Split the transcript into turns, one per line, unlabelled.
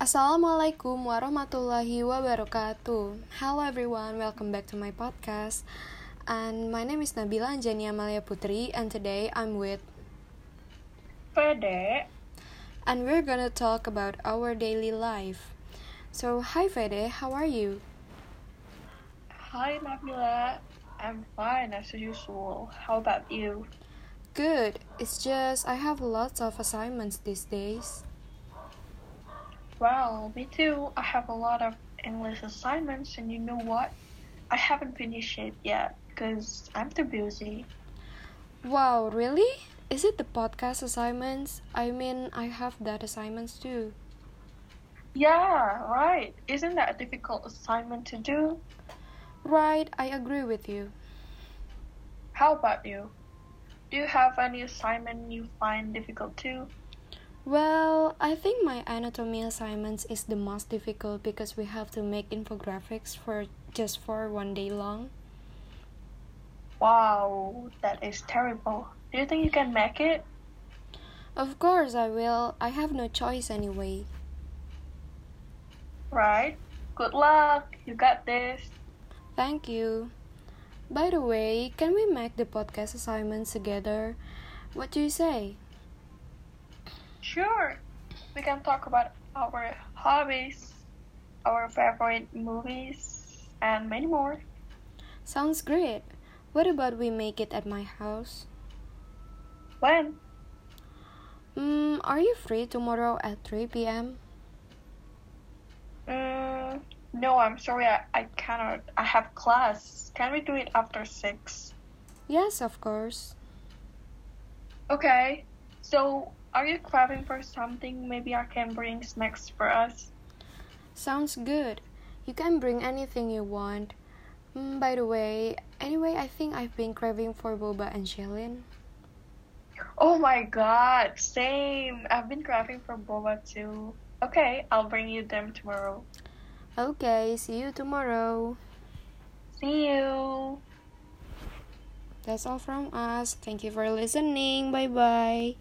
Assalamualaikum warahmatullahi wabarakatuh. Hello everyone, welcome back to my podcast. And my name is Nabila Anjani Amalia Putri, and today I'm with,
Fede,
and we're gonna talk about our daily life. So, hi Fede, how are you?
hi Nabila. I'm fine as usual. How about you?
Good, it's just I have lots of assignments these days.
Well, me too. I have a lot of English assignments, and you know what? I haven't finished it yet because I'm too busy.
Wow, really? Is it the podcast assignments? I mean, I have that assignments too.
Yeah, right. Isn't that a difficult assignment to do?
Right, I agree with you.
How about you? Do you have any assignment you find difficult too?
Well, I think my anatomy assignments is the most difficult because we have to make infographics for just for one day long.
Wow, that is terrible. Do you think you can make it?
Of course I will. I have no choice anyway.
Right. Good luck. You got this.
Thank you. By the way, can we make the podcast assignments together? What do you say?
Sure. We can talk about our hobbies, our favorite movies, and many more.
Sounds great. What about we make it at my house?
When?
Mm, are you free tomorrow at 3 p.m.?
Mm, no, I'm sorry, I, I cannot. I have class. Can we do it after 6?
Yes, of course.
Okay. So, are you craving for something? Maybe I can bring snacks for us.
Sounds good. You can bring anything you want. Mm, by the way, anyway, I think I've been craving for boba and shellin.
Oh my god, same. I've been craving for boba too. Okay, I'll bring you them tomorrow.
Okay, see you tomorrow.
See you.
That's all from us. Thank you for listening. Bye bye.